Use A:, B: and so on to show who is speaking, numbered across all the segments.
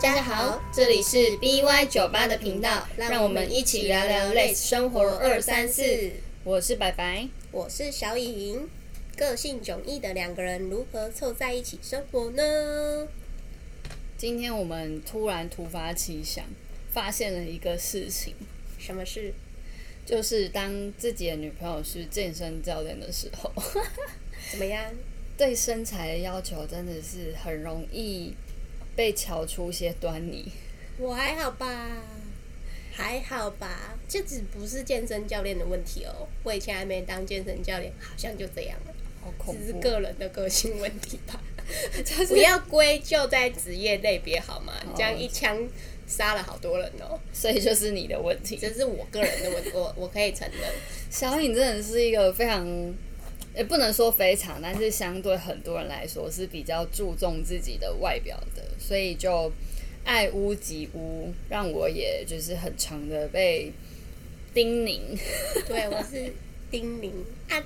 A: 家好，这里是 BY 酒吧的频道，让我们一起聊聊 l e 生活二三四。我是白白，
B: 我是小颖，个性迥异的两个人如何凑在一起生活呢？
A: 今天我们突然突发奇想，发现了一个事情，
B: 什么事？
A: 就是当自己的女朋友是健身教练的时候，
B: 怎么样？
A: 对身材的要求真的是很容易被瞧出些端倪。
B: 我还好吧，还好吧，这只不是健身教练的问题哦。我以前还没当健身教练，好像就这样了，
A: 好恐
B: 只是
A: 怖！
B: 个人的个性问题 吧。
A: 就是
B: 不
A: 哦
B: 要归咎在职业类别好吗？你这样一枪杀了好多人哦，
A: 所以就是你的问题。
B: 这是我个人的问，我 我可以承认。
A: 小颖真的是一个非常，也不能说非常，但是相对很多人来说是比较注重自己的外表的，所以就爱屋及乌，让我也就是很常的被叮咛。
B: 对，我是丁玲啊，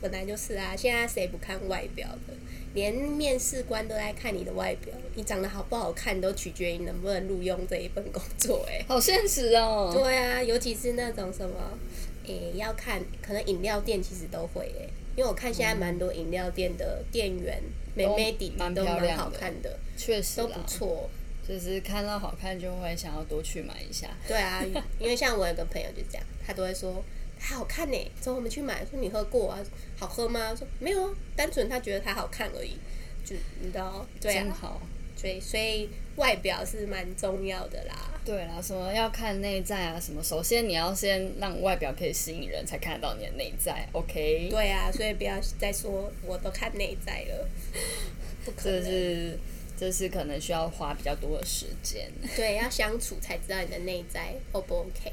B: 本来就是啊。现在谁不看外表的？连面试官都在看你的外表，你长得好不好看都取决于能不能录用这一份工作、欸。
A: 好现实哦！
B: 对啊，尤其是那种什么，诶、要看可能饮料店其实都会诶、因为我看现在蛮多饮料店的店员、妹妹弟弟
A: 嗯蛮
B: 都
A: 漂
B: 蛮
A: 亮
B: 好
A: 的
B: 看的，
A: 确实
B: 都
A: 啦
B: 不错。
A: 就是看到好看就会想要多去买一下。
B: 对啊，因为像我有个朋友就这样，他都会说它好看呢、走我们去买。说你喝过啊？好喝吗？我说没有啊，单纯他觉得它好看而已。就你知道，对
A: 真
B: 啊，
A: 好。
B: 所以所以外表是蛮重要的啦。
A: 对啦，什么要看内在啊，什么首先你要先让外表可以吸引人，才看得到你的内在。OK，
B: 对啊，所以不要再说我都看内在了， 不可
A: 这
B: 能。
A: 是这是可能需要花比较多的时间。
B: 对，要相处才知道你的内在 O 不 OK。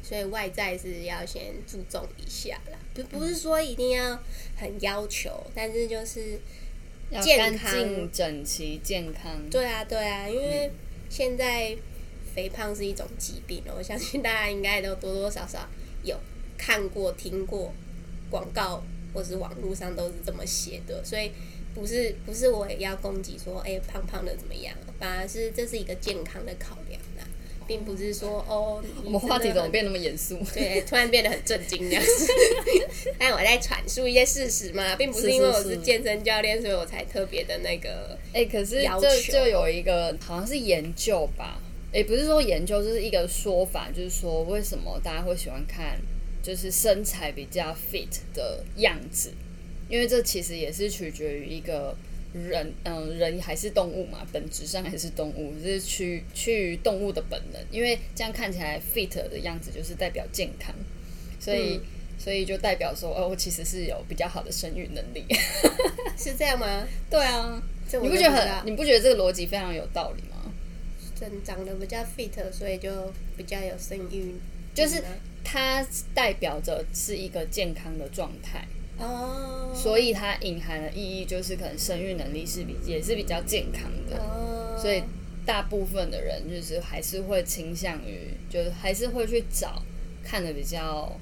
B: 所以外在是要先注重一下啦，不不是说一定要很要求，但是就是
A: 要
B: 健
A: 干
B: 康
A: 净、整齐、健康。
B: 对啊，对啊，因为
A: 嗯
B: 现在肥胖是一种疾病哦，我相信大家应该都多多少少有看过、听过广告或是网络上都是这么写的，所以不是不是我也要攻击说，哎、胖胖的怎么样，反而是这是一个健康的考量啦，并不是说哦，
A: 我
B: 你
A: 们话题
B: 真的
A: 怎
B: 很
A: 么变那么严肃？
B: 对，突然变得很震惊这样子。 但我在阐述一些事实嘛，并不
A: 是
B: 是因为
A: 是
B: 我
A: 是
B: 是健身教练，所以我才特别的那个。
A: 哎、可是
B: 要
A: 这
B: 求
A: 就有一个好像是研究吧，也、不是说研究，就是一个说法，就是说为什么大家会喜欢看就是身材比较 fit 的样子，因为这其实也是取决于一个。人，嗯、人还是动物嘛，本质上还是动物，就是趋趋于动物的本能，因为这样看起来 fit 的样子就是代表健康，所以、所以就代表说，哦，我其实是有比较好的生育能力。
B: 是这样吗？
A: 对啊，
B: 这我
A: 你不
B: 就
A: 觉得
B: 知道
A: 很？你不觉得这个逻辑非常有道理吗？
B: 真长得比较 fit，所以就比较有生育，
A: 就是它代表着是一个健康的状态，
B: 哦，
A: 嗯所以它隐含的意义就是可能生育能力是比也是比较健康的，
B: 哦，
A: 所以大部分的人就是还是会倾向于，就是还是会去找看的比较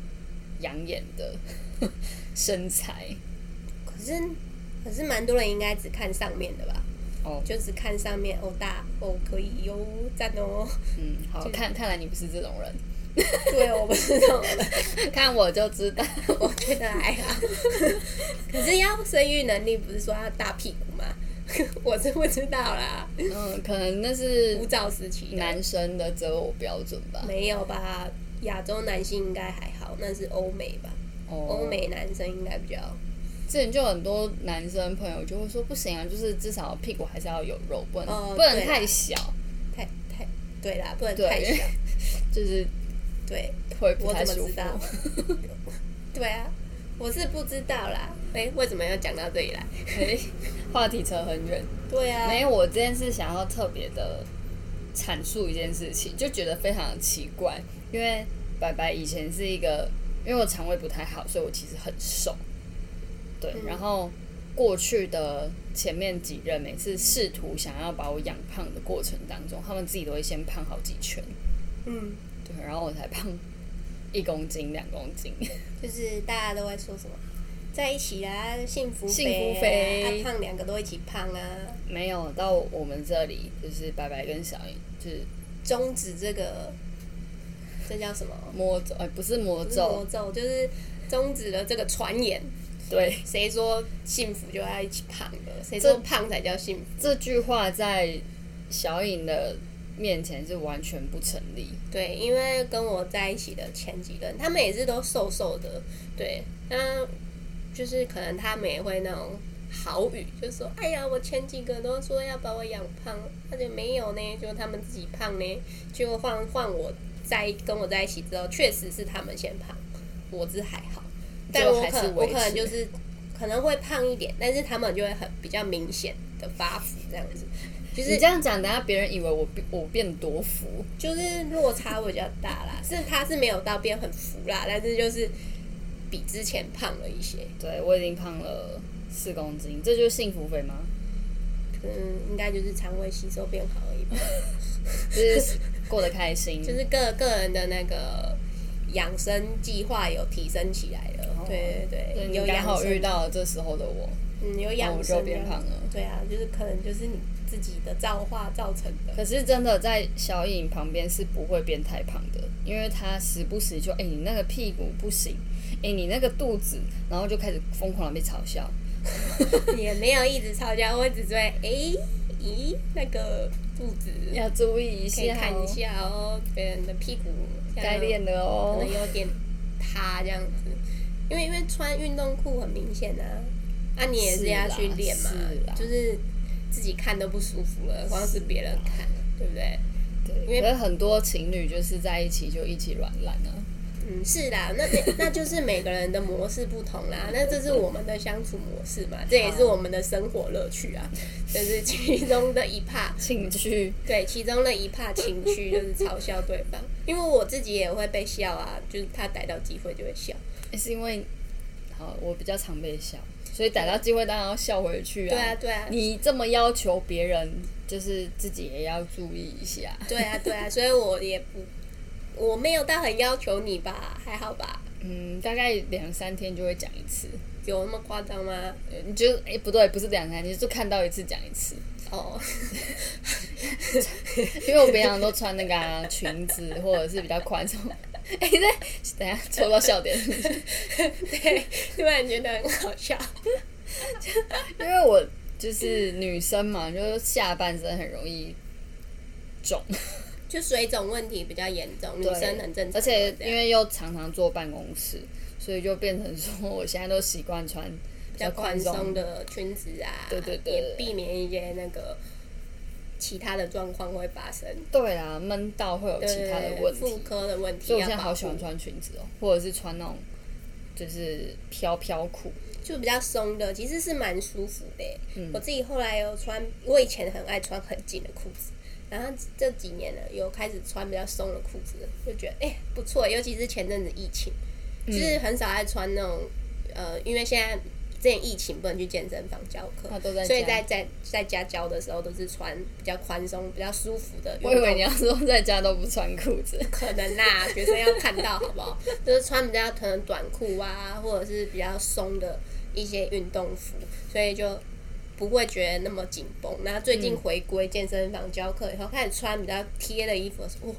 A: 养眼的身材。
B: 可是可是蛮多人应该只看上面的吧？
A: 哦，
B: 就只看上面哦大哦可以哟赞哦，
A: 嗯，好看，看来你不是这种人，
B: 对
A: 哦
B: 我不是这种人。
A: 看我就知道。
B: 我觉得还好。 可是要生育能力，不是说要大屁股吗？ 我是不知道啦，
A: 嗯，可能那是
B: 古早时期的
A: 男生的择偶标准吧。
B: 没有吧？亚洲男性应该还好，那是欧美吧？欧
A: 欧
B: 美男生应该比较
A: 之前就有很多男生朋友就会说不行啊，就是至少屁股还是要有肉，不能、
B: 哦
A: 不能
B: 对啦
A: 太小，
B: 太太对啦，不能
A: 对
B: 太小。
A: 就是
B: 对，
A: 会 不
B: 我
A: 太
B: 怎
A: 舒
B: 么知
A: 服。
B: 道？ 对啊，我是不知道啦。哎、为什么要讲到这里来？
A: 哎话题扯很远，
B: 对啊，
A: 没有，我今天是想要特别的阐述一件事情，就觉得非常的奇怪，因为白白以前是一个，因为我肠胃不太好，所以我其实很瘦，对，
B: 嗯
A: 然后过去的前面几任每次试图想要把我养胖的过程当中，他们自己都会先胖好几圈，
B: 嗯，
A: 对，然后我才胖一公斤两公斤，
B: 就是大家都会说什么在一起啊，幸福
A: 幸福
B: 肥啊，
A: 肥
B: 啊胖两个都一起胖啊。
A: 没有到我们这里，就是白白跟小英就是
B: 终止这个，这叫什么？
A: 魔咒，哎、不是魔
B: 不是
A: 咒
B: 魔，咒，就是终止了这个传言。
A: 对，
B: 谁说幸福就要一起胖的？谁说胖才叫幸福？
A: 这句话在小颖的面前是完全不成立。
B: 对，因为跟我在一起的前几任，他们也是都瘦瘦的，对，那就是可能他们也会那种好语，就说：“哎呀，我前几个都说要把我养胖，那就没有呢，就他们自己胖呢。”结果换换我在跟我在一起之后，确实是他们先胖，我是还好，但
A: 就
B: 我
A: 还
B: 可
A: 是
B: 能我
A: 维
B: 可能
A: 持欸
B: 就是可能会胖一点，但是他们就会很比较明显的发福这样子，就是
A: 你这样讲，等下别人以为我变我变多福，
B: 就是落差会比较大啦，是他是没有到变很浮啦，但是就是比之前胖了一些，
A: 对我已经胖了四公斤，这就是幸福肥吗？
B: 嗯，应该就是肠胃吸收变好而已吧，
A: 就是过得开心，
B: 就是个个人的那个养生计划有提升起来了，对对
A: 对
B: 对，
A: 哦你
B: 有
A: 刚
B: 养
A: 好遇
B: 生，
A: 到这时候的我，
B: 嗯，有
A: 然
B: 养
A: 后我就
B: 生
A: 变
B: 的，
A: 胖了。
B: 对啊，就是可能就是你自己的造化造成的，
A: 可是真的在小颖旁边是不会变太胖的，因为她时不时就哎、你那个屁股不行，哎、你那个肚子，然后就开始疯狂的被嘲笑。
B: 也没有一直吵架，我只是会诶咦那个肚子
A: 要注意一
B: 可以
A: 下、哦，
B: 看一下哦，别人的屁股
A: 该练的
B: 可
A: 哦
B: 能。有点塌这样子，因为因为穿运动裤很明显啊，啊你也是要去练嘛
A: 是啦是啦，啊
B: 就是自己看都不舒服了，光是别人看，对不对？
A: 对，因为很多情侣就是在一起就一起软烂啊。
B: 嗯，是啦，那那就是每个人的模式不同 啦，那这是我们的相处模式嘛，这也是我们的生活乐趣啊，这是其中的一 part。
A: 请去
B: 对，其中的一 part 情绪就是嘲笑对方，因为我自己也会被笑啊，就是他逮到机会就会笑。
A: 哎是因为，好，我比较常被笑，所以逮到机会当然要笑回去啊。
B: 对啊，对啊，
A: 你这么要求别人，就是自己也要注意一下。
B: 对啊，对啊，所以我也不，我没有到很要求你吧，还好吧？
A: 嗯，大概两三天就会讲一次，
B: 有那么夸张吗？
A: 呃你就哎、不对，不是两三天，就看到一次讲一次。
B: 哦，
A: 因为我平常都穿那个、啊、裙子或者是比较宽松。哎、这等一下抽到笑点，
B: 对，突然觉得很好笑。
A: 因为我就是女生嘛，就是下半身很容易肿，
B: 就水肿问题比较严重，女
A: 对
B: 生很正常，
A: 而且因
B: 为
A: 为又常常坐办公室，所以就变成说我现在都习惯穿比
B: 啊比较宽
A: 宽
B: 松
A: 松，
B: 的裙子啊，
A: 对对对
B: 也避免一些那个其他的状况会发生，
A: 对啦，闷到会有
B: 对
A: 其他的问
B: 妇
A: 题，
B: 科的问题，
A: 所以我现在好喜欢，穿裙子哦、或者是穿那种就是飘飘裤，
B: 就比较松的，其实是蛮舒服的欸、
A: 嗯
B: 我自己后来有穿，我以前很爱穿很紧的裤子，然后这几年呢，有开始穿比较松的裤子了，就觉得哎、不错，尤其是前阵子疫情，
A: 嗯
B: 就是很少爱穿那种呃，因为现在之前疫情不能去健身房教课
A: 啊，都在
B: 所以
A: 家
B: 在在在家教的时候都是穿比较宽松、比较舒服的运
A: 我以
B: 动
A: 为你要说在家都不穿裤子，
B: 可能啦，学生要看到好不好？就是穿比较可能短裤啊，或者是比较松的一些运动服，所以就不会觉得那么紧绷。那最近回归健身房教课以后，开始穿比较贴的衣服的时候，哇，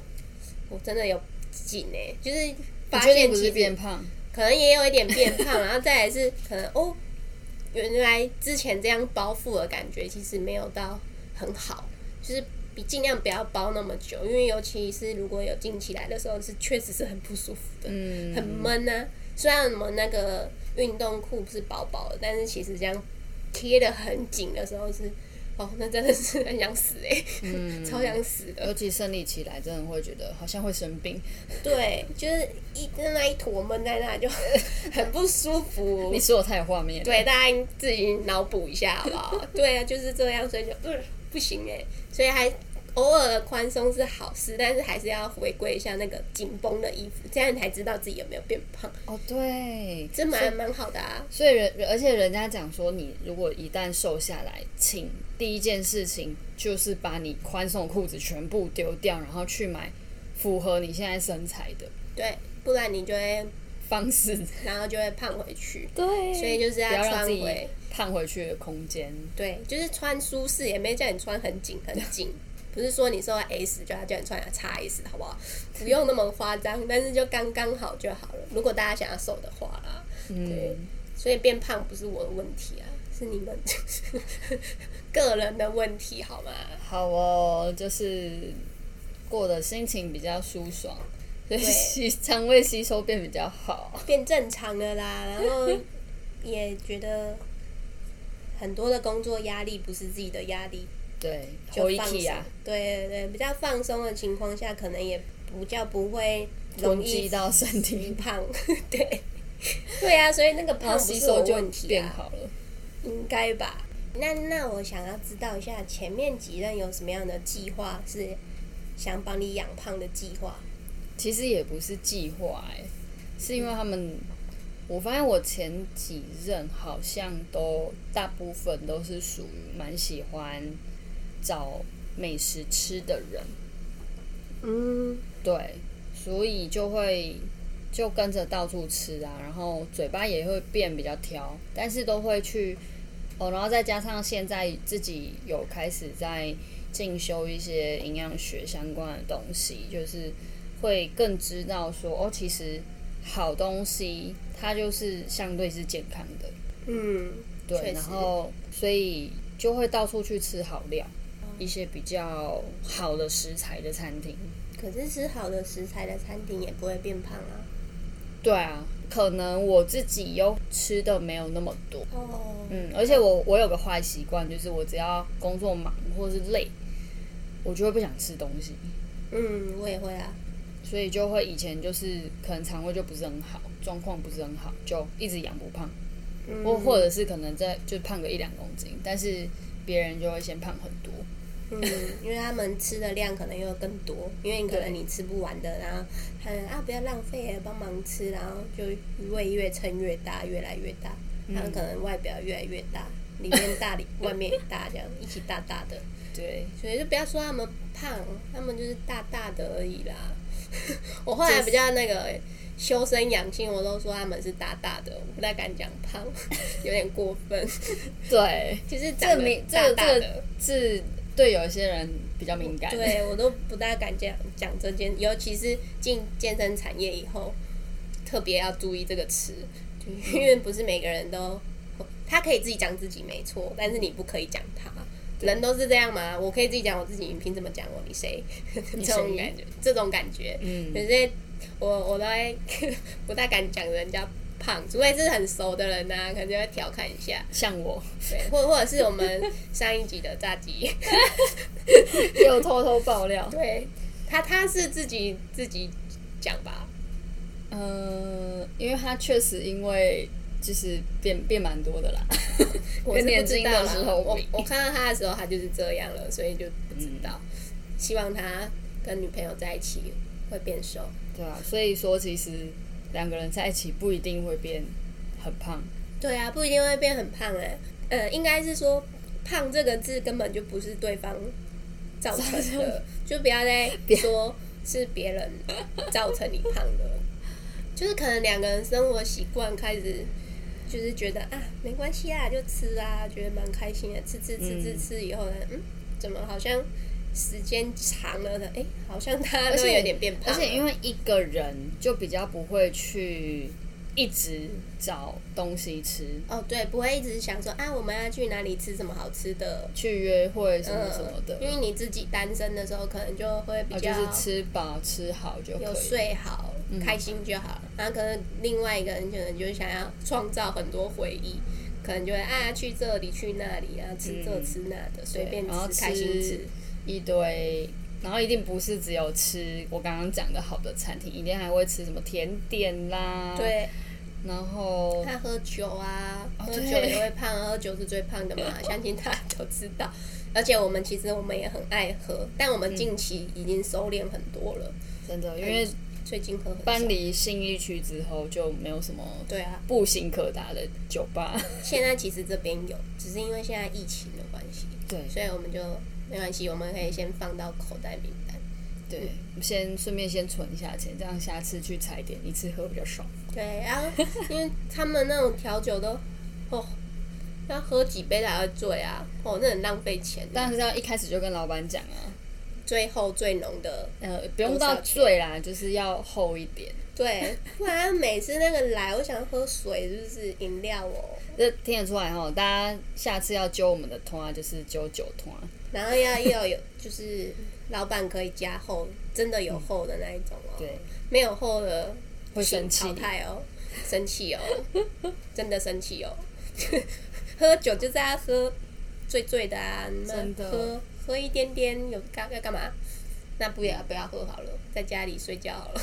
B: 我真的有紧哎、就是
A: 你
B: 发
A: 确定
B: 现
A: 不
B: 其
A: 是变
B: 实
A: 胖？
B: 可能也有一点变胖， 然后再来是可能哦，原来之前这样包覆的感觉其实没有到很好，就是比尽量不要包那么久，因为尤其是如果有硬起来的时候，是确实是很不舒服的，
A: 嗯
B: 很闷啊。虽然我们那个运动裤是薄薄的，但是其实这样贴的很紧的时候是，哦，那真的是很想死哎、超想死的。
A: 尤其生理期来，真的会觉得好像会生病。
B: 对，就是一那一坨闷在那就很不舒服。
A: 你说我太有画面了，
B: 对，大家自己脑补一下好不好？对啊，就是这样，所以就嗯不行哎、所以还偶尔的宽松是好事，但是还是要回归一下那个紧绷的衣服，这样你才知道自己有没有变胖，
A: 哦对，
B: 这蛮蛮好的啊。
A: 所以人，而且人家讲说，你如果一旦瘦下来，请第一件事情就是把你宽松的裤子全部丢掉，然后去买符合你现在身材的，
B: 对，不然你就会
A: 方式，
B: 然后就会胖回去。
A: 对
B: 所以就是要
A: 不要让
B: 穿
A: 自己
B: 回
A: 胖回去的空间。
B: 对，就是穿舒适，也没叫你穿很紧很紧，不是说你瘦到 S 就要叫你穿 x S，好不好？不用那么夸张，但是就刚刚好就好了。如果大家想要瘦的话啦，对
A: 嗯，
B: 所以变胖不是我的问题啊，是你们个人的问题，好吗？
A: 好哦，就是过得心情比较舒爽，所
B: 对
A: 以吸肠胃吸收变比较好。
B: 变正常了啦，然后也觉得很多的工作压力不是自己的压力，
A: 对，
B: 就放松
A: 气啊，，
B: 对对对，比较放松的情况下，可能也比较不会容
A: 囤积
B: 易
A: 到身体，
B: 胖， 对，对啊，所以那个
A: 然
B: 胖
A: 后
B: 不
A: 吸
B: 是我
A: 收就
B: 问题
A: 变
B: 啊，
A: 好了。
B: 应该吧？那那我想要知道一下，前面几任有什么样的计划是想帮你养胖的计划？
A: 其实也不是计划、欸，是因为他们，我发现我前几任好像都大部分都是属于蛮喜欢找美食吃的人，
B: 嗯，
A: 对，所以就会就跟着到处吃啊，然后嘴巴也会变比较挑，但是都会去哦，然后再加上现在自己有开始在进修一些营养学相关的东西，就是会更知道说哦，其实好东西它就是相对是健康的，
B: 嗯，确
A: 对，
B: 实
A: 然后所以就会到处去吃好料，一些比较好的食材的餐厅。
B: 可是吃好的食材的餐厅也不会变胖啊。
A: 对啊，可能我自己又吃的没有那么多，
B: 哦，
A: 嗯，而且我我有个坏习惯，就是我只要工作忙或是累，我就会不想吃东西，
B: 嗯，我也会啊。
A: 所以就会以前就是可能肠胃就不是很好，状况不是很好，就一直养不胖，
B: 嗯
A: 或或者是可能在就胖个一两公斤，但是别人就会先胖很多，
B: 嗯，因为他们吃的量可能又更多，因为你可能你吃不完的，然后他们啊不要浪费，帮忙吃，然后就胃越撑越大，越来越大，
A: 嗯
B: 然嗯后可能外表越来越大，里面大里外面也大，这样一起大大的，
A: 对，
B: 所以就不要说他们胖，他们就是大大的而已啦。 我后来比较那个修身养性，我都说他们是大大的，我不太敢讲胖， 有点过分。
A: 对，
B: 其实长
A: 这
B: 得
A: 个敏这
B: 大
A: 个
B: 大
A: 这
B: 的。
A: 个是对有些人比较敏感，
B: 对我都不大敢讲讲这件，尤其是进健身产业以后，特别要注意这个词，就因为不是每个人都，他可以自己讲自己没错，但是你不可以讲他。人都是这样嘛，我可以自己讲我自己，你凭什么讲我？你谁？这种
A: 谁
B: 感觉，这种感觉，
A: 嗯
B: 可是我我都会 不太敢讲人家胖，除非是很熟的人呐、啊，可能就会调侃一下。
A: 像我
B: 对，或或者是我们上一集的炸鸡。
A: 又偷偷爆料，
B: 对他，他是自己自己讲吧。
A: 嗯，因为他确实因为就是变变蛮多的啦，
B: 我是
A: 跟年
B: 不知
A: 轻
B: 道
A: 的
B: 啦
A: 时候
B: 我
A: 比
B: 我看到他的时候，他就是这样了，所以就不知道。希望他跟女朋友在一起会变瘦。
A: 对啊，所以说其实两个人在一起不一定会变很胖，
B: 对啊，不一定会变很胖哎、呃，应该是说“胖”这个字根本就不是对方造成的，就不要 再说是别人造成你胖的。就是可能两个人生活习惯开始，就是觉得啊没关系啊，就吃啊，觉得蛮开心的，吃吃吃吃吃以后呢，嗯，怎么好像时间长了呢？哎、好像他
A: 而
B: 都
A: 且
B: 有点变胖
A: 而
B: 了，
A: 且因为一个人就比较不会去一直找东西吃，
B: 哦对，不会一直想说啊我们要去哪里吃什么好吃的，
A: 去约会什么什么的，
B: 嗯因为你自己单身的时候，可能就会嗯比
A: 啊
B: 较
A: 就是吃饱吃好就可
B: 有
A: 以。嗯
B: 睡好、开心就好了。然后可能另外一个人可能就想要创造很多回忆，可能就会啊去这里去那里
A: 嗯
B: 啊，吃这吃那的，随便
A: 然后吃
B: 吃，开心吃。
A: 一堆，然后一定不是只有吃我刚刚讲的好的餐厅，一定还会吃什么甜点啦，，
B: 对，
A: 然后
B: 他喝酒啊，
A: 哦
B: 喝
A: 对
B: 酒也会胖，喝酒是最胖的嘛， 相信大家都知道。而且我们其实我们也很爱喝，但我们近期已经收敛很多了，
A: 真的因为
B: 最近喝很少
A: 搬。离信义区之后就没有什么
B: 对啊，
A: 步行可达的酒吧，
B: 现在其实这边有，只是因为现在疫情的关系，
A: 对
B: 所以我们就没关系，我们可以先放到口袋名单。
A: 对，先顺便先存一下钱，这样下次去踩点一次喝比较爽。
B: 对，然后因为他们那种调酒都，哦，要喝几杯才会醉啊，哦，那很浪费钱的。
A: 当然是要一开始就跟老板讲啊，
B: 最后最浓的，
A: 呃，不用到醉啦，就是要厚一点。
B: 对，不然每次那个来，我想喝水，是不是饮料哦？
A: 这听得出来哦，大家下次要揪我们的通啊，就是揪酒通啊。
B: 然后要要有，就是老板可以加厚，真的有厚的那一种哦。
A: 对，
B: 没有厚的
A: 会生气
B: 请淘汰哦，生气哦， 真的生气哦。 喝酒就是要喝醉醉的啊，那
A: 真的
B: 喝喝一点点有干要干嘛？那不要不要喝好了，在家里睡觉好了。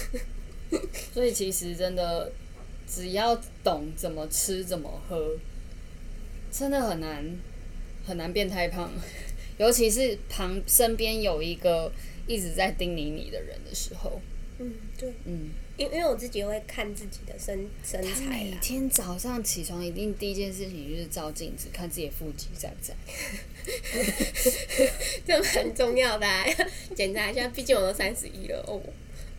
A: 所以其实真的，只要懂怎么吃怎么喝，真的很难很难变太胖， 尤其是旁身边有一个一直在叮咛你的人的时候，
B: 嗯，对，
A: 嗯，
B: 因因为我自己会看自己的身身
A: 他
B: 材
A: 每
B: 啦，
A: 天早上起床一定第一件事情就是照镜子，看自己的腹肌在不在。
B: 这蛮重要的、啊， 要检查一下。毕竟我都三十一了哦，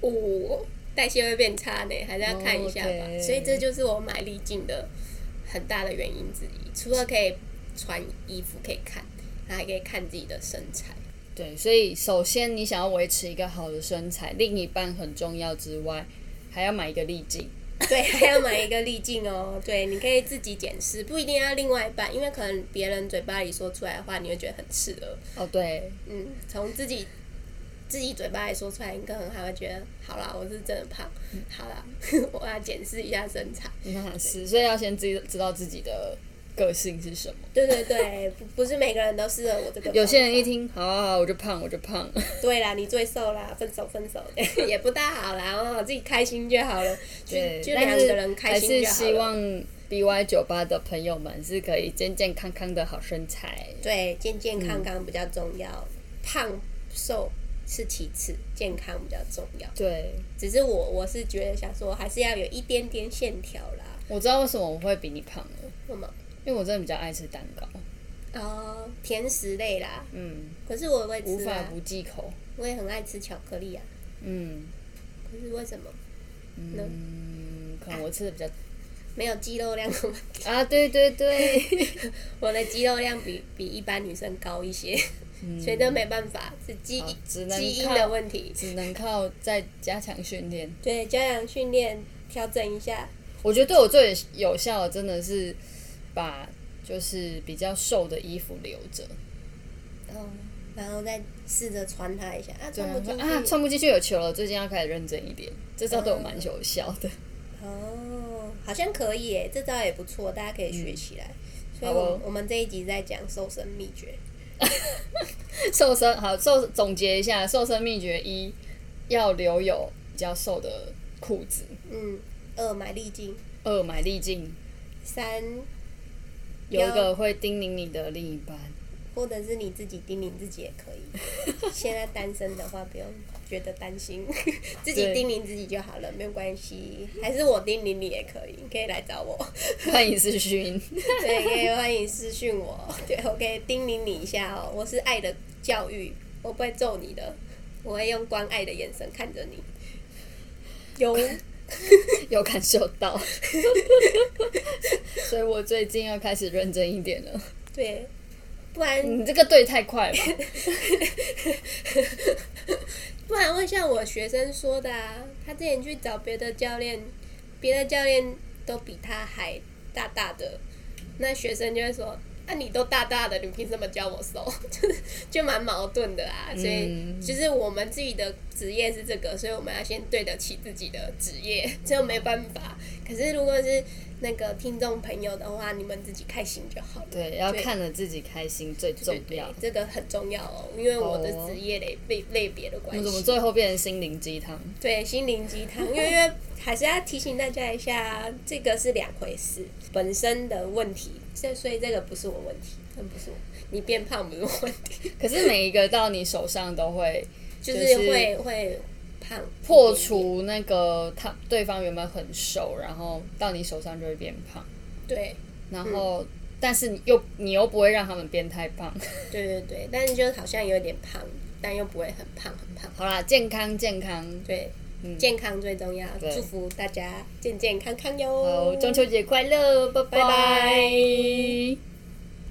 B: 哦，代谢会变差呢，还是要看一下吧。
A: 哦对
B: 所以这就是我买丽镜的很大的原因之一，除了可以穿衣服可以看，然后还可以看自己的身材。
A: 对，所以首先你想要维持一个好的身材，另一半很重要之外，还要买一个滤镜。
B: 对，还要买一个滤镜哦。 对，你可以自己检视，不一定要另外一半，因为可能别人嘴巴里说出来的话，你会觉得很刺耳。
A: 哦，对，
B: 嗯，从自己自己嘴巴里说出来，你可能还会觉得，好啦，我是真的胖，好啦， 我要检视一下身材。
A: 那是，所以要先知知道自己的个性是什么。
B: 对对对，不不是每个人都适合我这个方法。
A: 有些人一听，好好好，我就胖，我就胖。
B: 对啦，你最瘦啦，分手分手 也不大好啦，哦，自己开心就好了， 就
A: 对，
B: 就两
A: 但
B: 个
A: 是
B: 人开
A: 还
B: 心
A: 是
B: 就好
A: 希
B: 了。
A: 望 BY 酒吧的朋友们是可以健健康康的好身材。
B: 对，健健康康比较重要，胖瘦是其次，健康比较重要。
A: 对，
B: 只是我我是觉得想说，还是要有一点点线条啦，
A: 我知道为什么我会比你胖了，
B: 那么
A: 因为我真的比较爱吃蛋糕，
B: 呃甜食类啦，
A: 嗯，
B: 可是我也会
A: 无
B: 吃
A: 法
B: 啊，
A: 不忌口，
B: 我也很爱吃巧克力啊，
A: 嗯
B: 可是为什么那
A: 嗯，可能我吃的比较
B: 没有肌肉量？
A: 啊，对对对，
B: 我的肌肉量比比一般女生高一些，所以这没办法，是基
A: 嗯好
B: 因
A: 只能
B: 基因
A: 靠
B: 的问题。
A: 只能靠再加强训练。
B: 对，家长训练调整一下，
A: 我觉得对我最有效的真的是把就是比较瘦的衣服留着，
B: 嗯，然后再试着穿它一下啊，
A: 对
B: 穿
A: 啊
B: 不
A: 说
B: 进去。
A: 啊穿不进去有球了，最近要开始认真一点，这招对我蛮有效的。
B: 嗯哦，好像可以诶，这招也不错，大家可以学起来。所以
A: 嗯好
B: 我
A: 哦
B: 们，我们这一集在讲瘦身秘诀，
A: 瘦身好瘦，总结一下瘦身秘诀一，要留有比较瘦的裤子；
B: 嗯，二买丽镜，
A: 二买滤镜，
B: 三
A: 有一个会叮咛你的另一半。
B: 或者是你自己叮咛自己也可以。现在单身的话，不用觉得担心，自己
A: 对
B: 叮咛自己就好了，没有关系。还是我叮咛你也可以，你可以来找我，
A: 欢迎私讯，
B: 对，可以欢迎私讯我，对我可以叮咛你一下哦。我是爱的教育，我不会揍你的，我会用关爱的眼神看着你。有，
A: 有感受到， 所以我最近要开始认真一点了。
B: 对，不然
A: 你这个对太快 了吧，
B: 不然会像我学生说的啊，他之前去找别的教练，别的教练都比他还大大的，那学生就会说：“啊，你都大大的，你凭什么教我瘦？” 就是就蛮矛盾的啊。所以
A: 嗯
B: 就是我们自己的职业是这个，所以我们要先对得起自己的职业， 这没办法。可是如果是那个听众朋友的话，你们自己开心就好了。
A: 对，要
B: 对
A: 看了自己开心最重
B: 对对
A: 要。
B: 这个很重要哦，因为我的
A: 好哦
B: 职业类类类别的
A: 哦我
B: 关系。
A: 们怎么最后变成心灵鸡汤？
B: 对，心灵鸡汤，因为因为还是要提醒大家一下，这个是两回事，本身的问题，这所以这个不是我问题，这不是我，你变胖不是我问 题，
A: 可是每一个到你手上都会
B: 就是
A: 就是
B: 会会胖一
A: 破
B: 点点，
A: 除那个他对方原本很瘦，然后到你手上就会变胖，
B: 对
A: 然后、但是你又你又不会让他们变太胖，
B: 对对对，但是就好像有点胖，但又不会很胖很胖。
A: 好啦，健康健康，
B: 对，
A: 嗯，
B: 健康最重要，
A: 对
B: 祝福大家健健康康哟。
A: 好，中秋节快乐，拜
B: 拜拜
A: 拜